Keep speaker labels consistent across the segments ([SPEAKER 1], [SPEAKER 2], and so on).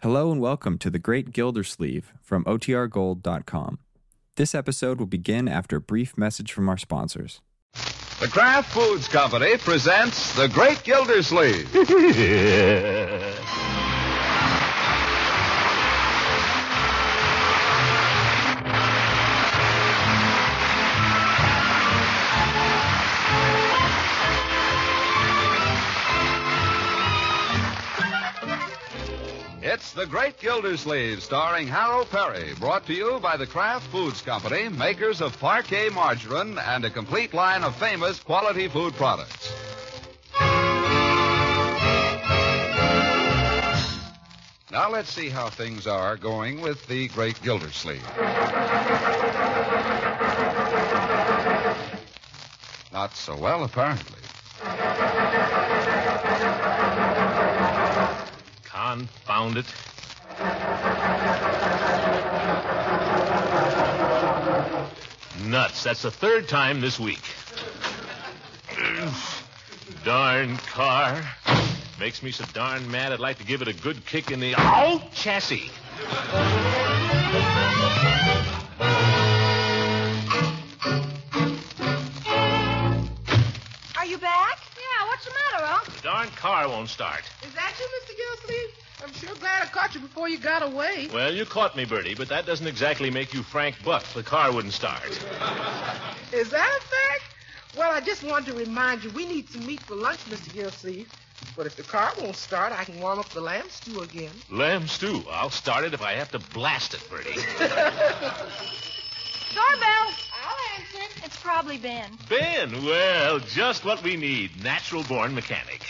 [SPEAKER 1] Hello and welcome to The Great Gildersleeve from OTRGold.com. This episode will begin after a brief message from our sponsors.
[SPEAKER 2] The Kraft Foods Company presents The Great Gildersleeve. It's The Great Gildersleeve, starring Harrow Perry, brought to you by the Kraft Foods Company, makers of parquet margarine and a complete line of famous quality food products. Now let's see how things are going with The Great Gildersleeve. Not so well, apparently.
[SPEAKER 3] Confound it. Nuts. That's the third time this week. Darn car. Makes me so darn mad I'd like to give it a good kick in the ow chassis.
[SPEAKER 4] Are you back? Yeah, what's the matter, Unc?
[SPEAKER 3] Darn car won't start.
[SPEAKER 5] Is that you, Mr. Gilsleeve? I'm sure glad I caught you before you got away.
[SPEAKER 3] Well, you caught me, Bertie, but that doesn't exactly make you Frank Buck. The car wouldn't start.
[SPEAKER 5] Is that a fact? Well, I just wanted to remind you we need to meet for lunch, Mr. Gilsleeve. But if the car won't start, I can warm up the lamb stew again.
[SPEAKER 3] Lamb stew. I'll start it if I have to blast it, Bertie.
[SPEAKER 4] Doorbell. I'll answer it. It's probably Ben.
[SPEAKER 3] Ben, well, just what we need. Natural born mechanic.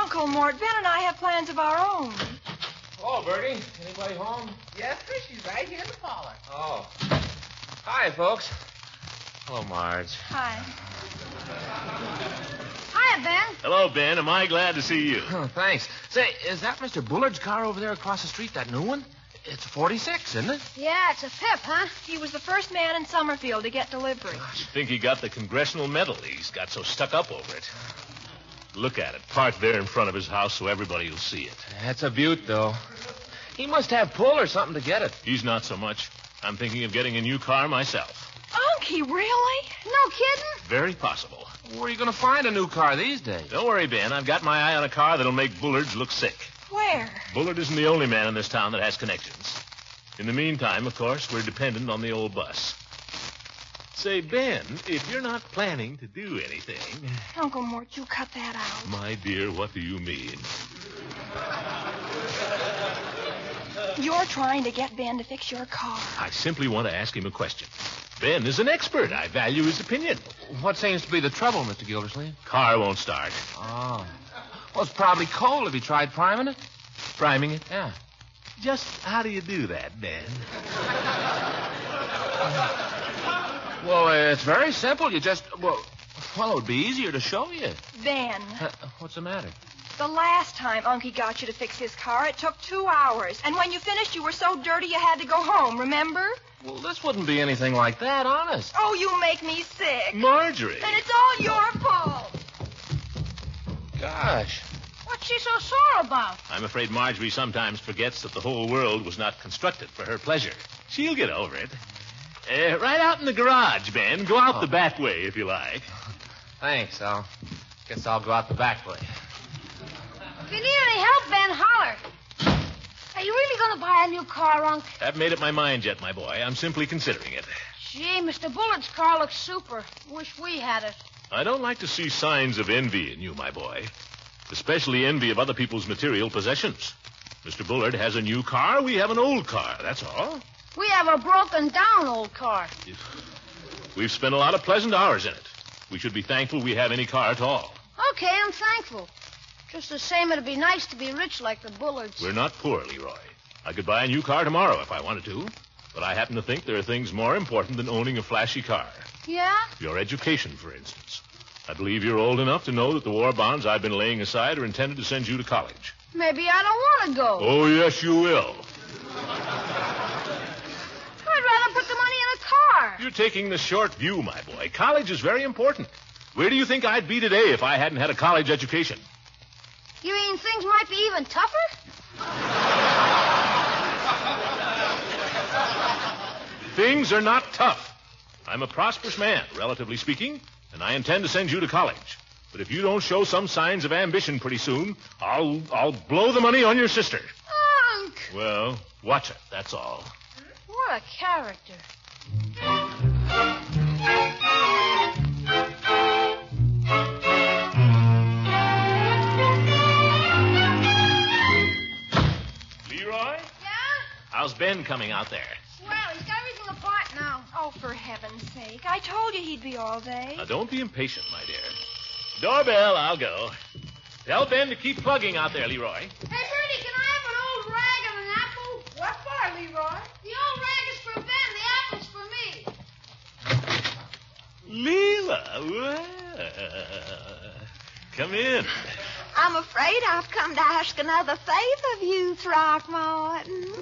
[SPEAKER 4] Uncle Mort, Ben and I have plans of our own.
[SPEAKER 6] Hello, Bertie. Anybody home?
[SPEAKER 5] Yes, sir, she's right here in the parlor.
[SPEAKER 6] Oh. Hi, folks. Hello, Marge.
[SPEAKER 4] Hi. Hiya, Ben.
[SPEAKER 3] Hello, Ben. Am I glad to see you?
[SPEAKER 6] Oh, thanks. Say, is that Mr. Bullard's car over there across the street, that new one? It's a 46, isn't it?
[SPEAKER 4] Yeah, it's a pip, huh? He was the first man in Summerfield to get delivery.
[SPEAKER 3] Think he got the congressional medal. He's got so stuck up over it. Look at it. Parked there in front of his house so everybody will see it.
[SPEAKER 6] That's a butte, though. He must have pull or something to get it.
[SPEAKER 3] He's not so much. I'm thinking of getting a new car myself.
[SPEAKER 4] Unc, he really? No kidding?
[SPEAKER 3] Very possible.
[SPEAKER 6] Where are you going to find a new car these days?
[SPEAKER 3] Don't worry, Ben. I've got my eye on a car that'll make Bullard's look sick.
[SPEAKER 4] Where?
[SPEAKER 3] Bullard isn't the only man in this town that has connections. In the meantime, of course, we're dependent on the old bus. Say, Ben, if you're not planning to do anything,
[SPEAKER 4] Uncle Mort, you cut that out.
[SPEAKER 3] my dear, what do you mean?
[SPEAKER 4] You're trying to get Ben to fix your car.
[SPEAKER 3] I simply want to ask him a question. Ben is an expert. I value his opinion.
[SPEAKER 6] What seems to be the trouble, Mr. Gildersleeve?
[SPEAKER 3] Car won't start.
[SPEAKER 6] Oh. Well, it's probably cold. Have you tried priming it? Priming it? Yeah.
[SPEAKER 3] Just how do you do that, Ben?
[SPEAKER 6] Well, uh, it's very simple. You just, well, well, it would be easier to show you.
[SPEAKER 4] Ben,
[SPEAKER 6] Uh, What's the matter?
[SPEAKER 4] the last time Unky got you to fix his car, it took two hours. And when you finished, you were so dirty you had to go home, remember?
[SPEAKER 6] Well, this wouldn't be anything like that, honest.
[SPEAKER 4] Oh, you make me sick.
[SPEAKER 3] Marjorie.
[SPEAKER 4] And it's all your fault.
[SPEAKER 6] Gosh.
[SPEAKER 4] What's she so sore about?
[SPEAKER 3] I'm afraid Marjorie sometimes forgets that the whole world was not constructed for her pleasure. She'll get over it. Uh, right out in the garage, Ben. Go out the back way, if you like.
[SPEAKER 6] Thanks. I'll guess I'll go out the back way.
[SPEAKER 7] If you need any help, Ben, holler. Are you really going to buy a new car, Unc?
[SPEAKER 3] Haven't made up my mind yet, my boy. I'm simply considering it.
[SPEAKER 7] Gee, Mr. Bullard's car looks super. Wish we had it.
[SPEAKER 3] I don't like to see signs of envy in you, my boy. Especially envy of other people's material possessions. Mr. Bullard has a new car. We have an old car, that's all.
[SPEAKER 7] We have a broken down old car.
[SPEAKER 3] We've spent a lot of pleasant hours in it. We should be thankful we have any car at all.
[SPEAKER 7] Okay, I'm thankful. Just the same, it'd be nice to be rich like the Bullards.
[SPEAKER 3] We're not poor, Leroy. I could buy a new car tomorrow if I wanted to. But I happen to think there are things more important than owning a flashy car.
[SPEAKER 7] Yeah?
[SPEAKER 3] Your education, for instance. I believe you're old enough to know that the war bonds I've been laying aside are intended to send you to college.
[SPEAKER 7] Maybe I don't want to go.
[SPEAKER 3] Oh, yes, you will.
[SPEAKER 7] I'd rather put the money in a car.
[SPEAKER 3] You're taking the short view, my boy. College is very important. Where do you think I'd be today if I hadn't had a college education?
[SPEAKER 7] You mean things might be even tougher?
[SPEAKER 3] Things are not tough. I'm a prosperous man, relatively speaking, and I intend to send you to college. But if you don't show some signs of ambition pretty soon, I'll I'll blow the money on your sister.
[SPEAKER 7] Unc!
[SPEAKER 3] Well, watch it, that's all.
[SPEAKER 7] What a character.
[SPEAKER 3] Leroy,
[SPEAKER 7] Yeah?
[SPEAKER 3] how's Ben coming out there?
[SPEAKER 7] Well, he's got everything apart now.
[SPEAKER 4] Oh, for heaven's sake. I told you he'd be all day.
[SPEAKER 3] Now don't be impatient, my dear. Doorbell, I'll go. Tell Ben to keep plugging out there, Leroy.
[SPEAKER 7] Hey, Bertie, can I have an old rag and an apple?
[SPEAKER 5] What for, Leroy?
[SPEAKER 7] The old rag is for Ben, the apple's for me.
[SPEAKER 3] Leela, well, come in.
[SPEAKER 8] I'm afraid I've come to ask another favor of you, Throckmorton.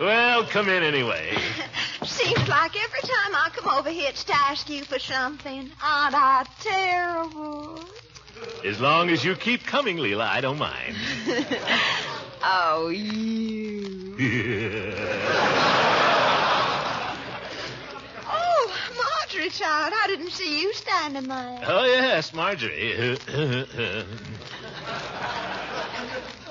[SPEAKER 3] Well, come in anyway.
[SPEAKER 8] Seems like every time I come over here, it's to ask you for something. Aren't I terrible?
[SPEAKER 3] As long as you keep coming, Leela, I don't mind.
[SPEAKER 8] Oh, you. Oh, Marjorie, child, I didn't see you standing there.
[SPEAKER 3] oh, yes, Marjorie.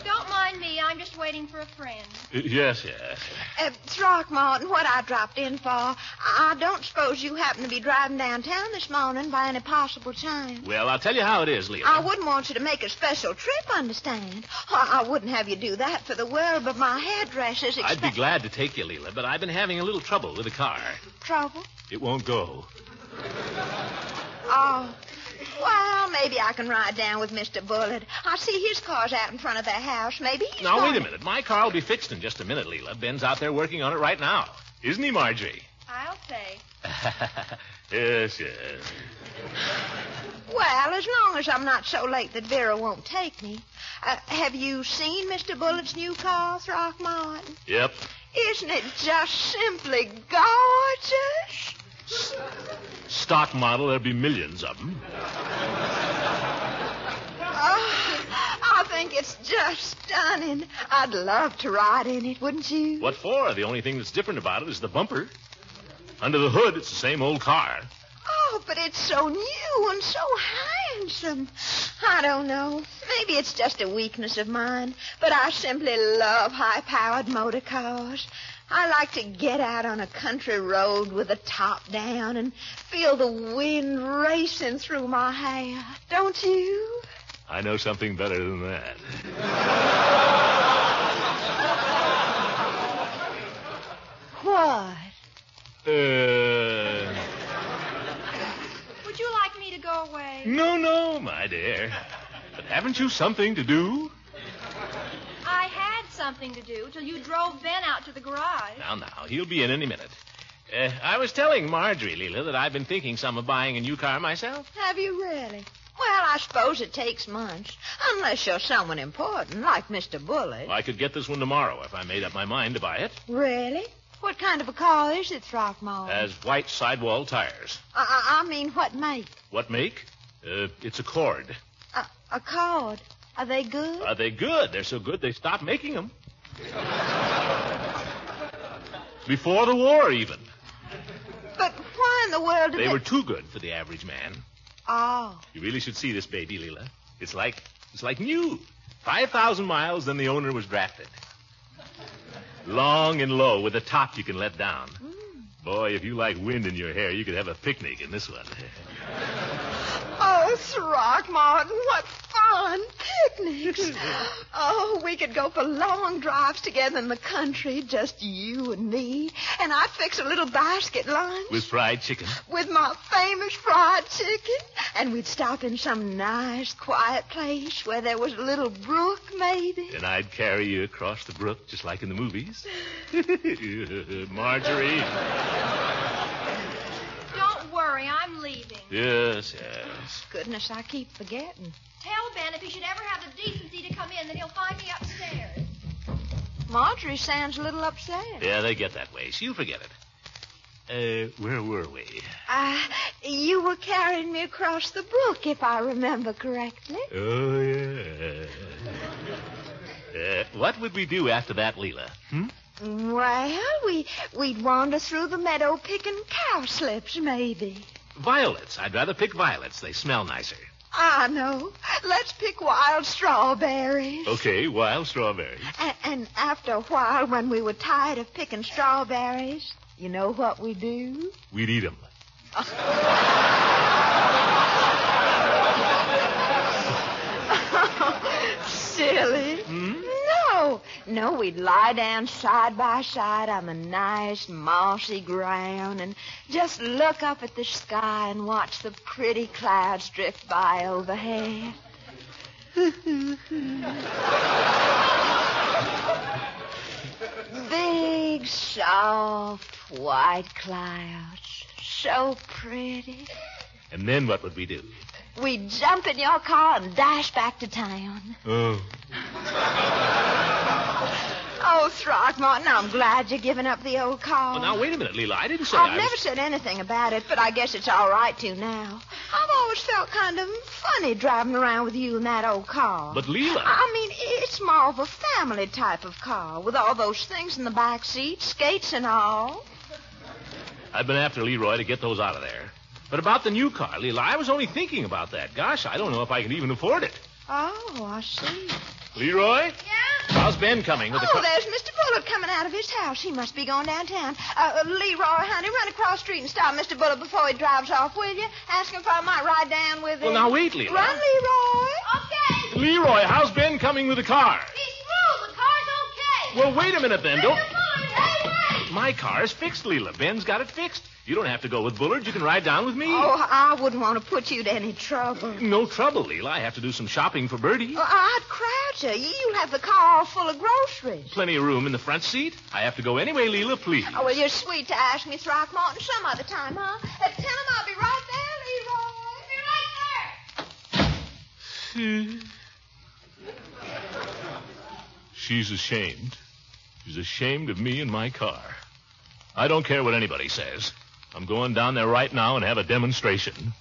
[SPEAKER 4] Don't mind me. I'm just waiting for a friend.
[SPEAKER 3] yes, yes.
[SPEAKER 8] Uh, Throckmorton, what I dropped in for, I I don't suppose you happen to be driving downtown this morning by any possible chance.
[SPEAKER 3] Well, I'll tell you how it is, Leela.
[SPEAKER 8] I wouldn't want you to make a special trip, understand? I I wouldn't have you do that for the world, but my hairdresser's is
[SPEAKER 3] I'd be glad to take you, Leela, but I've been having a little trouble with the car.
[SPEAKER 8] trouble.
[SPEAKER 3] It won't go.
[SPEAKER 8] Oh, well, maybe I can ride down with Mr. Bullard. I see his car's out in front of their house. Maybe he's
[SPEAKER 3] Now,
[SPEAKER 8] going-
[SPEAKER 3] wait a minute. My car will be fixed in just a minute, Leela. Ben's out there working on it right now. Isn't he, Marjorie?
[SPEAKER 4] I'll say.
[SPEAKER 3] yes, yes.
[SPEAKER 8] Well, as long as I'm not so late that Vera won't take me. Uh, have you seen Mr. Bullard's new car, Throckmorton?
[SPEAKER 3] Yep.
[SPEAKER 8] Isn't it just simply gorgeous?
[SPEAKER 3] Stock model, there'll be millions of them.
[SPEAKER 8] Oh, I think it's just stunning. I'd love to ride in it, wouldn't you?
[SPEAKER 3] What for? The only thing that's different about it is the bumper. Under the hood, it's the same old car.
[SPEAKER 8] Oh, but it's so new and so handsome. I don't know. Maybe it's just a weakness of mine, but I simply love high-powered motor cars. I like to get out on a country road with the top down and feel the wind racing through my hair. Don't you?
[SPEAKER 3] I know something better than that.
[SPEAKER 8] What?
[SPEAKER 3] Uh,
[SPEAKER 4] Would you like me to go away?
[SPEAKER 3] no, no, my dear. But haven't you something to do?
[SPEAKER 4] I had something to do till you drove Ben out to the garage.
[SPEAKER 3] Now, now, he'll be in any minute. Uh, I was telling Marjorie, Leela, that I've been thinking some of buying a new car myself.
[SPEAKER 8] Have you really? Well, I suppose it takes months, unless you're someone important like Mr. Bullard.
[SPEAKER 3] I could get this one tomorrow if I made up my mind to buy it.
[SPEAKER 8] Really? What kind of a car is it, Throckmorton?
[SPEAKER 3] Has white sidewall tires.
[SPEAKER 8] I, I I mean, what make?
[SPEAKER 3] What make? Uh, it's a cord.
[SPEAKER 8] A, a cord. Are they good?
[SPEAKER 3] Are they good? They're so good they stopped making them. Before the war, even.
[SPEAKER 8] but why in the world did
[SPEAKER 3] They were too good for the average man.
[SPEAKER 8] Oh,
[SPEAKER 3] You really should see this baby, Leela. It's like it's like new. Five thousand miles, then the owner was drafted. Long and low, with a top you can let down. Boy, if you like wind in your hair, you could have a picnic in this one.
[SPEAKER 8] oh, Throckmorton, what fun picnics! oh, we could go for long drives together in the country, just you and me, and I'd fix a little basket lunch.
[SPEAKER 3] With fried chicken.
[SPEAKER 8] with my famous fried chicken. And we'd stop in some nice, quiet place where there was a little brook, maybe.
[SPEAKER 3] And I'd carry you across the brook, just like in the movies. Marjorie.
[SPEAKER 4] Don't worry, I'm leaving.
[SPEAKER 3] Yes, yes.
[SPEAKER 8] Goodness, I keep forgetting.
[SPEAKER 4] Tell Ben if he should ever have the decency to come in that he'll find me upstairs.
[SPEAKER 8] Marjorie sounds a little upset.
[SPEAKER 3] Yeah, they get that way. She'll forget it. Uh, where were we?
[SPEAKER 8] Uh, you were carrying me across the brook, if I remember correctly.
[SPEAKER 3] Oh, yeah. Uh, what would we do after that, Leela? Hmm?
[SPEAKER 8] Well, we we'd wander through the meadow picking cowslips, maybe.
[SPEAKER 3] Violets. I'd rather pick violets. They smell nicer.
[SPEAKER 8] I know. Ah, Let's pick wild strawberries.
[SPEAKER 3] Okay, wild strawberries.
[SPEAKER 8] And, and after a while, when we were tired of picking strawberries, you know what we do?
[SPEAKER 3] We'd eat them.
[SPEAKER 8] Silly. No, no, we'd lie down side by side on the nice mossy ground and just look up at the sky and watch the pretty clouds drift by overhead. Big, soft, white clouds. So pretty.
[SPEAKER 3] And then what would we do?
[SPEAKER 8] We'd jump in your car and dash back to town.
[SPEAKER 3] Oh.
[SPEAKER 8] Oh, Throckmorton, I'm glad you're giving up the old car.
[SPEAKER 3] Well, Oh, now, wait a minute, Leela. I didn't say
[SPEAKER 8] I've
[SPEAKER 3] I
[SPEAKER 8] never
[SPEAKER 3] was-
[SPEAKER 8] said anything about it, but I guess it's all right to now. I've always felt kind of funny driving around with you in that old car.
[SPEAKER 3] But, Leela...
[SPEAKER 8] I mean, it's more of a family type of car, with all those things in the back seat, skates and all.
[SPEAKER 3] I've been after Leroy to get those out of there. But about the new car, Leela, I was only thinking about that. Gosh, I don't know if I can even afford it.
[SPEAKER 8] Oh, I see.
[SPEAKER 3] Leroy?
[SPEAKER 8] Yeah?
[SPEAKER 3] How's Ben coming with the
[SPEAKER 8] Oh,
[SPEAKER 3] car?
[SPEAKER 8] there's Mr. Bullitt coming out of his house. He must be going downtown. Uh, uh, Leroy, honey, run across street and stop Mr. Bullitt before he drives off, will you? Ask him if I might ride down with him.
[SPEAKER 3] Well, now, wait, Leela.
[SPEAKER 8] Run, Leroy.
[SPEAKER 7] Okay.
[SPEAKER 3] Leroy, how's Ben coming with the car?
[SPEAKER 7] It's through. The car's okay.
[SPEAKER 3] Well, wait a minute, Ben. Don't...
[SPEAKER 7] Mr. Bullard, hey, wait.
[SPEAKER 3] My car is fixed, Leela. Ben's got it fixed. You don't have to go with Bullard. You can ride down with me.
[SPEAKER 8] Oh, I wouldn't want to put you to any trouble.
[SPEAKER 3] No trouble, Leela. I have to do some shopping for Bertie.
[SPEAKER 8] Well, I'd crowd you. You'll have the car all full of groceries.
[SPEAKER 3] Plenty of room in the front seat. I have to go anyway, Leela, please.
[SPEAKER 8] Oh, well, you're sweet to ask me, Throckmorton, some other time, huh? Uh, tell him I'll be right there, Leroy.
[SPEAKER 7] Be right there.
[SPEAKER 3] She's ashamed. She's ashamed of me and my car. I don't care what anybody says. I'm going down there right now and have a demonstration.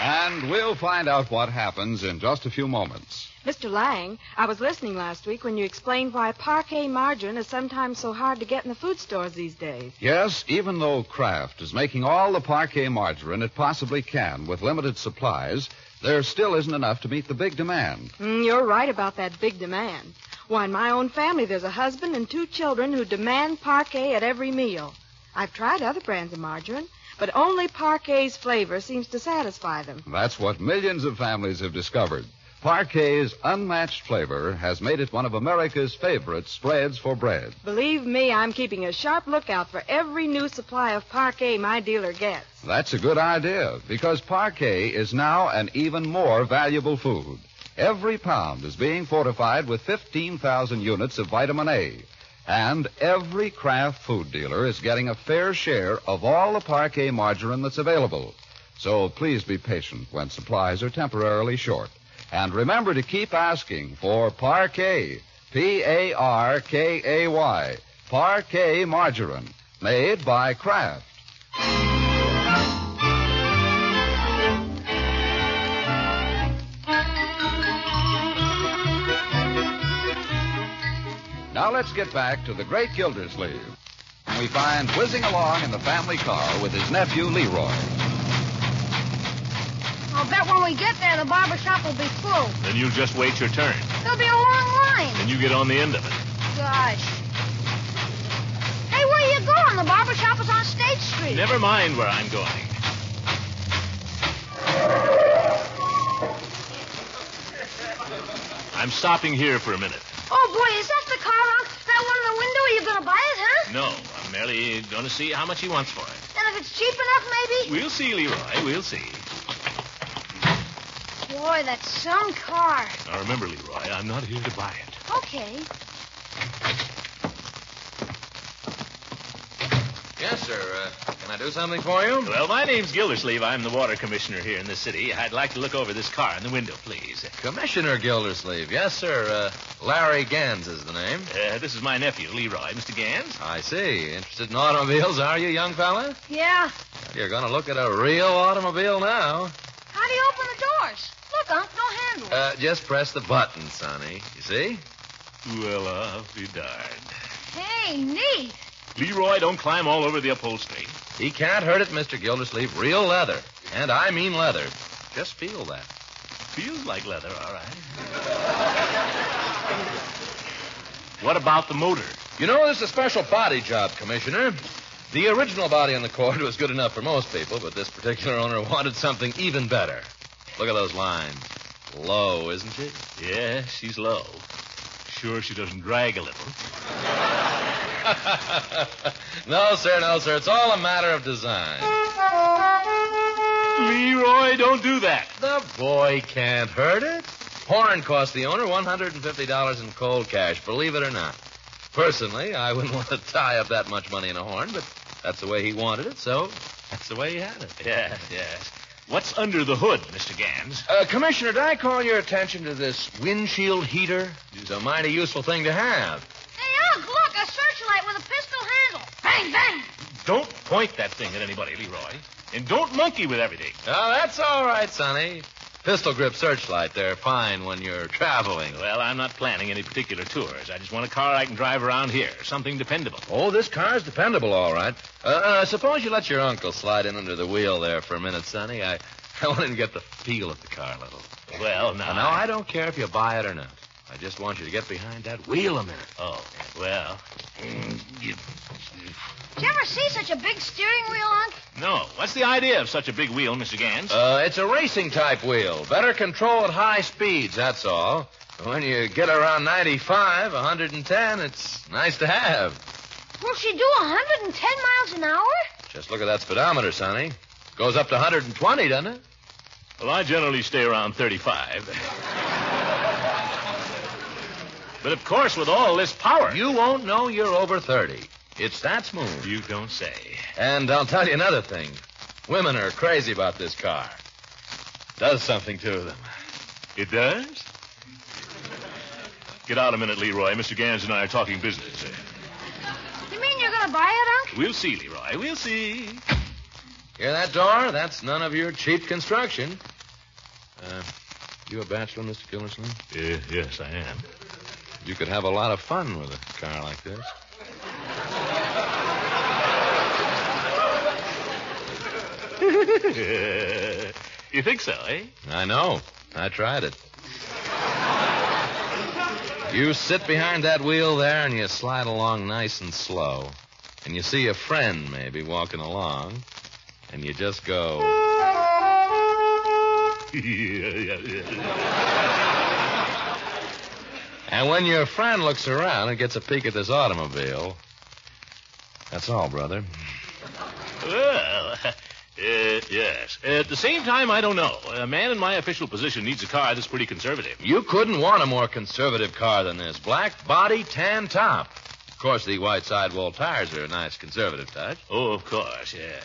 [SPEAKER 2] And we'll find out what happens in just a few moments.
[SPEAKER 9] Mr. Lang, I was listening last week when you explained why parquet margarine is sometimes so hard to get in the food stores these days.
[SPEAKER 2] Yes, even though Kraft is making all the parquet margarine it possibly can with limited supplies, there still isn't enough to meet the big demand.
[SPEAKER 9] Mm, you're right about that big demand. Why, in my own family, there's a husband and two children who demand parquet at every meal. I've tried other brands of margarine, but only parquet's flavor seems to satisfy them.
[SPEAKER 2] That's what millions of families have discovered. Parquet's unmatched flavor has made it one of America's favorite spreads for bread.
[SPEAKER 9] Believe me, I'm keeping a sharp lookout for every new supply of parquet my dealer gets.
[SPEAKER 2] That's a good idea because parquet is now an even more valuable food. Every pound is being fortified with 15,000 units of vitamin A. And every Kraft food dealer is getting a fair share of all the parquet margarine that's available. So please be patient when supplies are temporarily short. And remember to keep asking for parquet. P A R K A Y. Parquet margarine. Made by Kraft. Now let's get back to the great Gildersleeve. We find whizzing along in the family car with his nephew Leroy.
[SPEAKER 7] I'll bet when we get there, the barber shop will be full.
[SPEAKER 3] Then you just wait your turn.
[SPEAKER 7] There'll be a long line.
[SPEAKER 3] Then you get on the end of it.
[SPEAKER 7] Gosh. Hey, where you going? The barber shop is on State Street.
[SPEAKER 3] Never mind where I'm going. I'm stopping here for a minute.
[SPEAKER 7] Oh, boy, is that the car out that one in the window? Are you going to buy it, huh?
[SPEAKER 3] No, I'm merely going to see how much he wants for it.
[SPEAKER 7] And if it's cheap enough, maybe?
[SPEAKER 3] We'll see, Leroy. We'll see.
[SPEAKER 7] Boy, that's some car.
[SPEAKER 3] Now remember, Leroy, I'm not here to buy it.
[SPEAKER 7] Okay.
[SPEAKER 6] Yes, sir. Uh,
[SPEAKER 10] Can I do something for you?
[SPEAKER 3] Well, my name's Gildersleeve. I'm the water commissioner here in the city. I'd like to look over this car in the window, please.
[SPEAKER 10] Commissioner Gildersleeve. Yes, sir. Uh, Larry Gans is the name.
[SPEAKER 3] Uh, this is my nephew, Leroy. Mr. Gans?
[SPEAKER 10] I see. Interested in automobiles, are you, young fella?
[SPEAKER 7] Yeah.
[SPEAKER 10] You're going to look at a real automobile now.
[SPEAKER 7] How do you open the doors? Look, Unc, no handle.
[SPEAKER 10] Uh, just press the button, Sonny. You see?
[SPEAKER 3] Well, I'll be darned.
[SPEAKER 7] Hey, neat.
[SPEAKER 3] Leroy, don't climb all over the upholstery.
[SPEAKER 10] He can't hurt it, Mr. Gildersleeve. Real leather. And I mean leather. Just feel that.
[SPEAKER 3] Feels like leather, all right. what about the motor?
[SPEAKER 10] You know, this is a special body job, Commissioner. The original body on the cord was good enough for most people, but this particular owner wanted something even better. Look at those lines. Low, isn't she?
[SPEAKER 3] Yeah, she's low. Sure she doesn't drag a little.
[SPEAKER 10] no, sir, no, sir. It's all a matter of design.
[SPEAKER 3] Leroy, don't do that.
[SPEAKER 10] The boy can't hurt it. Horn cost the owner $150 in cold cash, believe it or not. Personally, I wouldn't want to tie up that much money in a horn, but that's the way he wanted it, so that's the way he had it.
[SPEAKER 3] Yeah, yes. What's under the hood, Mr. Gans?
[SPEAKER 10] Uh, Commissioner, did I call your attention to this windshield heater? It's a mighty useful thing to have.
[SPEAKER 7] Hey, Unc, look, a searchlight with a pistol handle. Bang, bang.
[SPEAKER 3] Don't point that thing at anybody, Leroy. And don't monkey with everything.
[SPEAKER 10] Oh, that's all right, Sonny. Pistol grip searchlight, they're fine when you're traveling.
[SPEAKER 3] Well, I'm not planning any particular tours. I just want a car I can drive around here, something dependable.
[SPEAKER 10] Oh, this car's dependable, all right. Uh, uh, suppose you let your uncle slide in under the wheel there for a minute, Sonny. I, I want him to get the feel of the car a little.
[SPEAKER 3] Well, now.
[SPEAKER 10] Now, no, I don't care if you buy it or not. I just want you to get behind that wheel a minute.
[SPEAKER 3] Oh, well.
[SPEAKER 7] Did you ever see such a big steering wheel, Unc?
[SPEAKER 3] No. What's the idea of such a big wheel, Mr. Gans?
[SPEAKER 10] Uh, it's a racing type wheel. Better control at high speeds, that's all. When you get around 95, 110, it's nice to have.
[SPEAKER 7] Will she do 110 miles an hour?
[SPEAKER 10] Just look at that speedometer, Sonny. Goes up to 120, doesn't it?
[SPEAKER 3] Well, I generally stay around 35. but of course, with all this power.
[SPEAKER 10] You won't know you're over 30. It's that smooth.
[SPEAKER 3] You don't say.
[SPEAKER 10] And I'll tell you another thing. Women are crazy about this car. Does something to them.
[SPEAKER 3] It does? Get out a minute, Leroy. Mr. Gans and I are talking business.
[SPEAKER 7] You mean you're going to buy it, Unc?
[SPEAKER 3] We'll see, Leroy. We'll see.
[SPEAKER 10] Hear that door? That's none of your cheap construction. Uh, you a bachelor, Mr. Gildersleeve?
[SPEAKER 3] Uh, yes, I am.
[SPEAKER 10] You could have a lot of fun with a car like this.
[SPEAKER 3] you think so, eh?
[SPEAKER 10] I know. I tried it. you sit behind that wheel there and you slide along nice and slow. And you see a friend maybe walking along. And you just go. And when your friend looks around and gets a peek at this automobile, that's all, brother.
[SPEAKER 3] Well, uh, yes. At the same time, I don't know. A man in my official position needs a car that's pretty conservative.
[SPEAKER 10] You couldn't want a more conservative car than this. Black body, tan top. Of course, the white sidewall tires are a nice conservative touch.
[SPEAKER 3] Oh, of course, yes.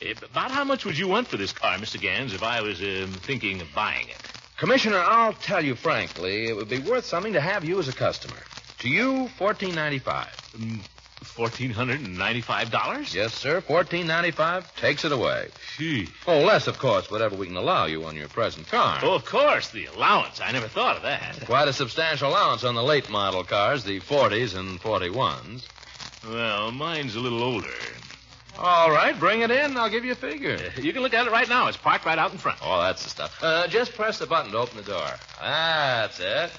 [SPEAKER 3] Eh, but About how much would you want for this car, Mr. Gans, if I was um, thinking of buying it?
[SPEAKER 10] Commissioner, I'll tell you frankly, it would be worth something to have you as a customer. To you, fourteen ninety-five.
[SPEAKER 3] Um, $1,495?
[SPEAKER 10] Yes, sir. Fourteen ninety-five takes it away.
[SPEAKER 3] Gee.
[SPEAKER 10] Oh, less, of course, whatever we can allow you on your present car.
[SPEAKER 3] Oh, of course, the allowance. I never thought of that.
[SPEAKER 10] Quite a substantial allowance on the late model cars, the 40s and 41s.
[SPEAKER 3] Well, mine's a little older.
[SPEAKER 10] All right, bring it in. I'll give you a figure.
[SPEAKER 3] Eh, You can look at it right now. It's parked right out in front.
[SPEAKER 10] Oh, that's the stuff. Uh, just press the button to open the door. That's it.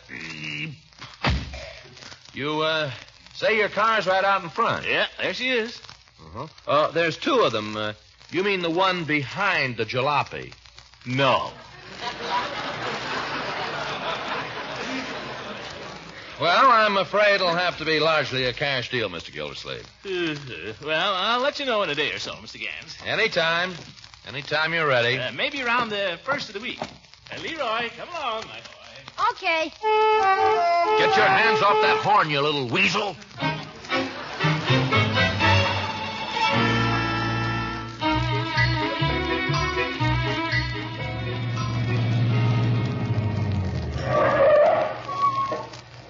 [SPEAKER 10] You, uh, say your car's right out in front.
[SPEAKER 3] Yeah, there she is.
[SPEAKER 10] Uh-huh. Uh, there's two of them. Uh, you mean the one behind the jalopy?
[SPEAKER 3] No.
[SPEAKER 10] Well, I'm afraid it'll have to be largely a cash deal, Mr. Gildersleeve.
[SPEAKER 3] Uh, well, I'll let you know in a day or so, Mr. Gans.
[SPEAKER 10] Anytime. Anytime you're ready.
[SPEAKER 3] Uh, maybe around the first of the week. Uh, Leroy, come along, my boy.
[SPEAKER 7] Okay.
[SPEAKER 10] Get your hands off that horn, you little weasel.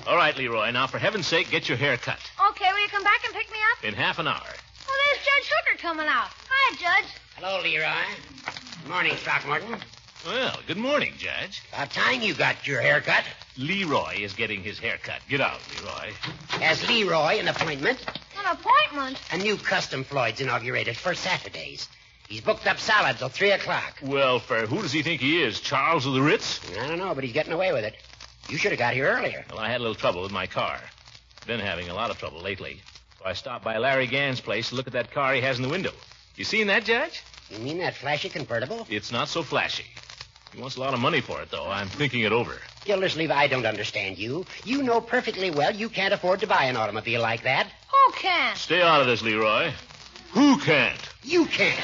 [SPEAKER 3] All right, Leroy. Now, for heaven's sake, get your hair cut.
[SPEAKER 7] Okay, will you come back and pick me up?
[SPEAKER 3] In half an hour.
[SPEAKER 7] Oh, there's Judge Hooker coming out. Hi, Judge.
[SPEAKER 11] Hello, Leroy. Morning, Throckmorton.
[SPEAKER 3] Well, good morning, Judge.
[SPEAKER 11] About time you got your haircut.
[SPEAKER 3] Leroy is getting his hair cut. Get out, Leroy.
[SPEAKER 11] As Leroy, an appointment.
[SPEAKER 7] An appointment?
[SPEAKER 11] A new custom Floyd's inaugurated for Saturdays. He's booked up solid till 3 o'clock.
[SPEAKER 3] Well, for who does he think he is? Charles of the Ritz?
[SPEAKER 11] I don't know, but he's getting away with it. You should have got here earlier.
[SPEAKER 3] Well, I had a little trouble with my car. Been having a lot of trouble lately. So I stopped by Larry Gann's place to look at that car he has in the window. You seen that, Judge?
[SPEAKER 11] You mean that flashy convertible?
[SPEAKER 3] It's not so flashy. He wants a lot of money for it, though. I'm thinking it over.
[SPEAKER 11] Gildersleeve, I don't understand you. You know perfectly well you can't afford to buy an automobile like that.
[SPEAKER 7] Who can?
[SPEAKER 3] Stay out of this, Leroy. Who can't?
[SPEAKER 11] You can't.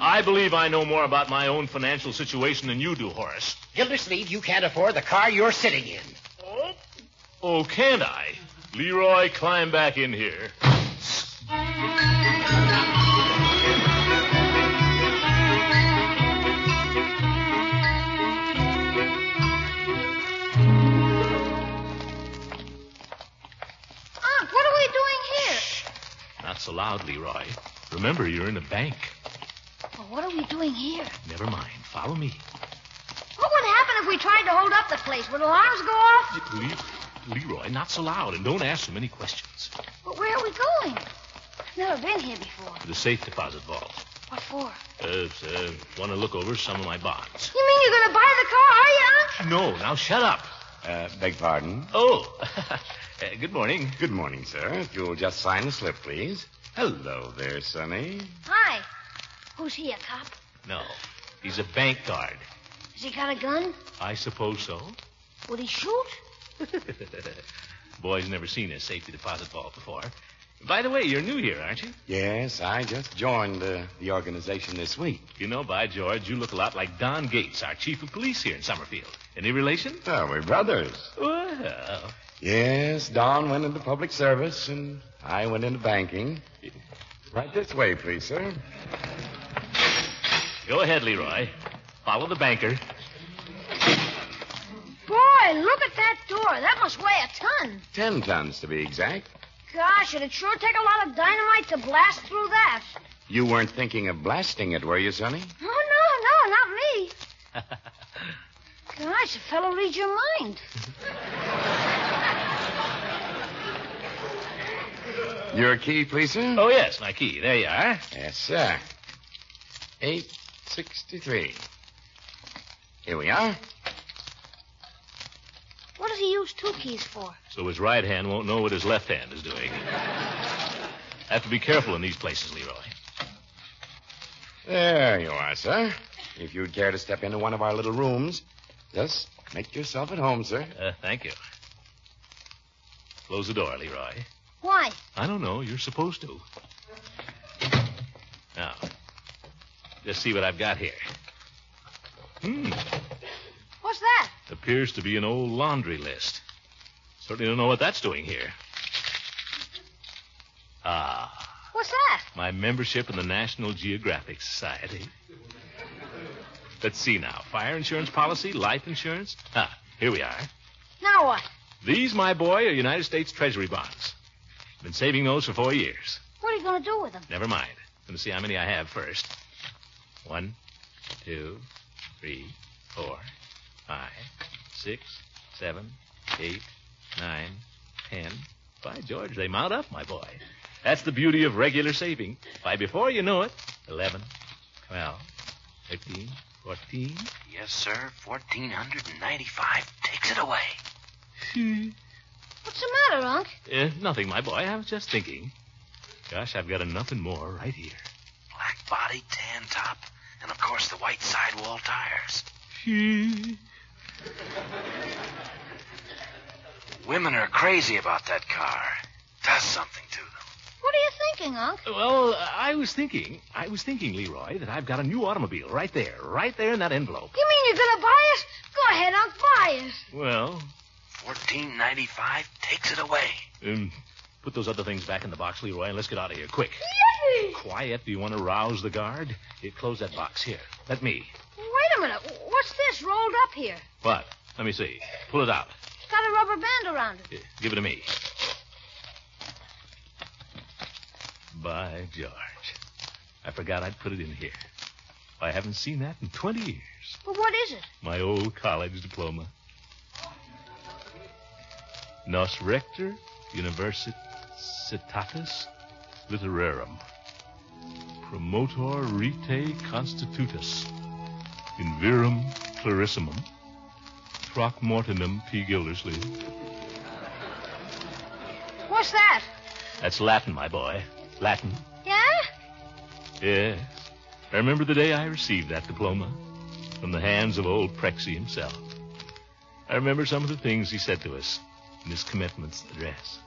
[SPEAKER 3] I believe I know more about my own financial situation than you do, Horace.
[SPEAKER 11] Gildersleeve, you can't afford the car you're sitting in.
[SPEAKER 3] Oh, oh can't I? Leroy, climb back in here.
[SPEAKER 7] Unc, Uh, what are we doing here?
[SPEAKER 3] Not so loud, Leroy. Remember, you're in a bank.
[SPEAKER 7] Well, what are we doing here?
[SPEAKER 3] Never mind. Follow me.
[SPEAKER 7] What would happen if we tried to hold up the place? Would alarms go off?
[SPEAKER 3] Le- Leroy, not so loud, and don't ask so many questions.
[SPEAKER 7] But where are we going? I've never been here before.
[SPEAKER 3] The safe deposit vault.
[SPEAKER 7] What for?
[SPEAKER 3] Uh, uh, want to look over some of my bonds.
[SPEAKER 7] You mean you're going to buy the car, are you, Unc?
[SPEAKER 3] No, now shut up.
[SPEAKER 12] Uh, beg pardon?
[SPEAKER 3] Oh, uh, good morning.
[SPEAKER 12] Good morning, sir. If you'll just sign the slip, please. Hello there, Sonny.
[SPEAKER 7] Hi. Who's he, a cop?
[SPEAKER 3] No, he's a bank guard.
[SPEAKER 7] Has he got a gun?
[SPEAKER 3] I suppose so.
[SPEAKER 7] Would he shoot?
[SPEAKER 3] Boy's never seen a safety deposit vault before. By the way, you're new here, aren't you?
[SPEAKER 12] Yes, I just joined uh, the organization this week.
[SPEAKER 3] You know, by George, you look a lot like Don Gates, our chief of police here in Summerfield. Any relation?
[SPEAKER 12] Oh, we're brothers.
[SPEAKER 3] Well,
[SPEAKER 12] Yes, Don went into public service, and I went into banking. Right this way, please, sir.
[SPEAKER 3] go ahead, Leroy. Follow the banker.
[SPEAKER 7] Boy, look at that door. That must weigh a ton.
[SPEAKER 12] Ten tons, to be exact.
[SPEAKER 7] Gosh, it'd sure take a lot of dynamite to blast through that.
[SPEAKER 12] You weren't thinking of blasting it, were you, Sonny?
[SPEAKER 7] Oh, no, no, not me. Gosh, a fellow reads your mind.
[SPEAKER 12] Your key, please, sir.
[SPEAKER 3] Oh, yes, my key. There you are.
[SPEAKER 12] Yes, sir. 863. Here we are.
[SPEAKER 7] What does he use two keys for?
[SPEAKER 3] So his right hand won't know what his left hand is doing. Have to be careful in these places, Leroy.
[SPEAKER 12] There you are, sir. If you'd care to step into one of our little rooms, just make yourself at home, sir.
[SPEAKER 3] Uh, thank you. Close the door, Leroy.
[SPEAKER 7] Why?
[SPEAKER 3] I don't know. You're supposed to. Now, just see what I've got here. Hmm.
[SPEAKER 7] What's that?
[SPEAKER 3] Appears to be an old laundry list. Certainly don't know what that's doing here. Ah,
[SPEAKER 7] What's that?
[SPEAKER 3] my membership in the National Geographic Society. Let's see now. Fire insurance policy, life insurance. Ah, here we are.
[SPEAKER 7] Now what?
[SPEAKER 3] These, my boy, are United States Treasury bonds. Been saving those for four years.
[SPEAKER 7] What are you going to do with them?
[SPEAKER 3] Never mind. I'm going to see how many I have first. One, two, three, four, five, six, seven, eight, nine, ten. By George, they mount up, my boy. That's the beauty of regular saving. Why, before you know it, eleven, twelve, thirteen, fourteen.
[SPEAKER 13] Yes, sir. 1495 takes it away.
[SPEAKER 7] Hmm. What's the matter, Unc?
[SPEAKER 3] Eh, nothing, my boy. I was just thinking. Gosh, I've got enough and more right here.
[SPEAKER 13] Black body, tan top, and of course the white sidewall tires. Women are crazy about that car. Does something to them.
[SPEAKER 7] What are you thinking, Unc?
[SPEAKER 3] Well, I was thinking, I was thinking, Leroy, that I've got a new automobile right there, right there in that envelope.
[SPEAKER 7] You mean you're going to buy it? Go ahead, Unc, buy it.
[SPEAKER 3] Well,
[SPEAKER 13] 1495 takes it away.
[SPEAKER 3] um, put those other things back in the box, Leroy, and let's get out of here quick. Quiet. Do you want to rouse the guard? Here, close that box here. Let me.
[SPEAKER 7] Wait a minute. What's this rolled up here?
[SPEAKER 3] What? Let me see. Pull it out.
[SPEAKER 7] Got a rubber band around it.
[SPEAKER 3] Give it to me. By George. I forgot I'd put it in here. I haven't seen that in 20 years.
[SPEAKER 7] But what is it?
[SPEAKER 3] My old college diploma. Nos Rector Universitatis Literarum. Promotor Rite Constitutus. In virum clarissimum. Throckmortonum P. Gildersleeve.
[SPEAKER 7] What's that?
[SPEAKER 3] That's Latin, my boy. Latin.
[SPEAKER 7] Yeah?
[SPEAKER 3] Yes. I remember the day I received that diploma from the hands of old Prexy himself. I remember some of the things he said to us in his commitment's address.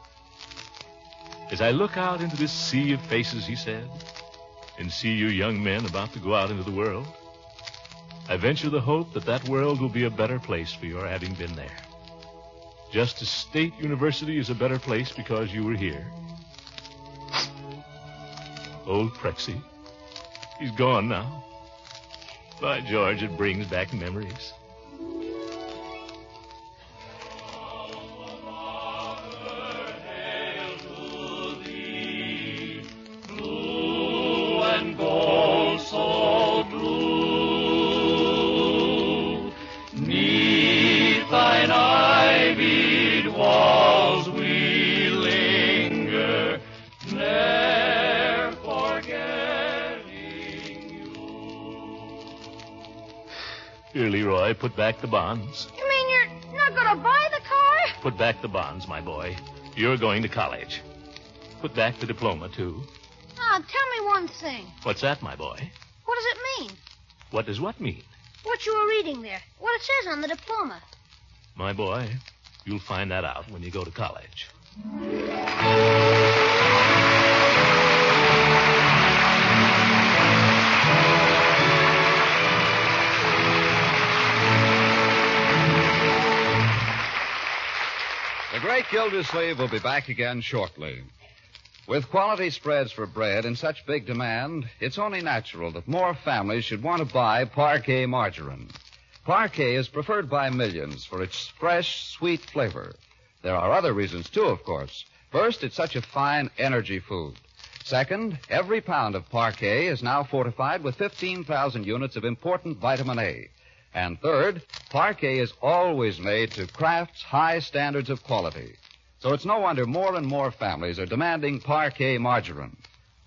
[SPEAKER 3] As I look out into this sea of faces, he said, and see you young men about to go out into the world, I venture the hope that that world will be a better place for your having been there. Just as State University is a better place because you were here. Old Prexy, he's gone now. By George, it brings back memories.
[SPEAKER 14] and gold so blue. Neath thine ivied walls we linger, ne'er forgetting.
[SPEAKER 3] Here, Leroy, put back the bonds.
[SPEAKER 7] You mean you're not gonna buy the car?
[SPEAKER 3] Put back the bonds, my boy. You're going to college. Put back the diploma, too.
[SPEAKER 7] Ah, tell me one thing.
[SPEAKER 3] What's that, my boy?
[SPEAKER 7] What does it mean?
[SPEAKER 3] What does what mean?
[SPEAKER 7] What you were reading there? What it says on the diploma?
[SPEAKER 3] My boy, you'll find that out when you go to college.
[SPEAKER 2] The great Gildersleeve will be back again shortly. With quality spreads for bread in such big demand, it's only natural that more families should want to buy Parquet margarine. Parquet is preferred by millions for its fresh, sweet flavor. There are other reasons, too, of course. First, it's such a fine energy food. Second, every pound of Parquet is now fortified with 15,000 units of important vitamin A. And third, Parquet is always made to Kraft's high standards of quality. So it's no wonder more and more families are demanding Parquet margarine.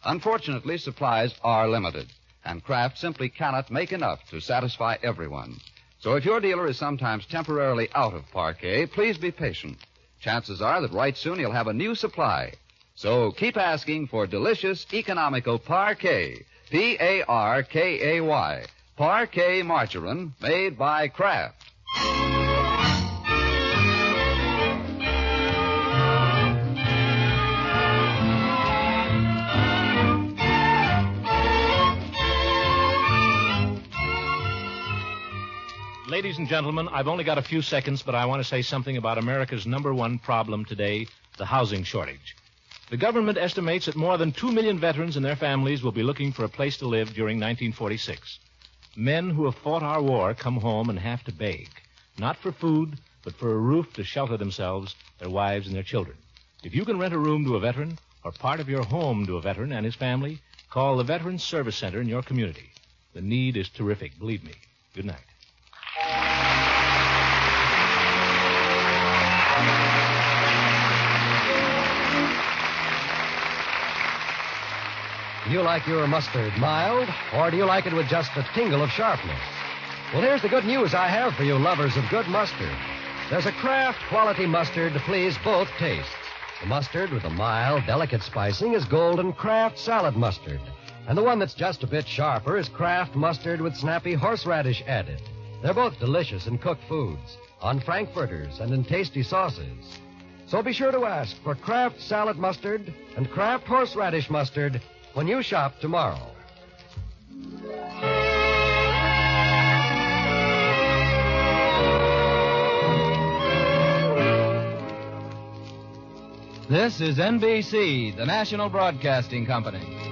[SPEAKER 2] Unfortunately, supplies are limited, and Kraft simply cannot make enough to satisfy everyone. So if your dealer is sometimes temporarily out of Parquet, please be patient. Chances are that right soon he'll have a new supply. So keep asking for delicious, economical Parquet. P-A-R-K-A-Y. Parquet margarine made by Kraft.
[SPEAKER 3] Ladies and gentlemen, I've only got a few seconds, but I want to say something about America's number one problem today the housing shortage. The government estimates that more than 2 million veterans and their families will be looking for a place to live during 1946. Men who have fought our war come home and have to beg, not for food, but for a roof to shelter themselves, their wives, and their children. If you can rent a room to a veteran or part of your home to a veteran and his family, call the Veterans Service Center in your community. The need is terrific, believe me. Good night.
[SPEAKER 15] Do you like your mustard mild, or do you like it with just a tingle of sharpness? Well, here's the good news I have for you lovers of good mustard. There's a Kraft quality mustard to please both tastes. The mustard with a mild, delicate spicing is golden Kraft salad mustard. And the one that's just a bit sharper is Kraft mustard with snappy horseradish added. They're both delicious in cooked foods, on frankfurters, and in tasty sauces. So be sure to ask for Kraft salad mustard and Kraft horseradish mustard when you shop tomorrow.
[SPEAKER 16] This is NBC, the national broadcasting company.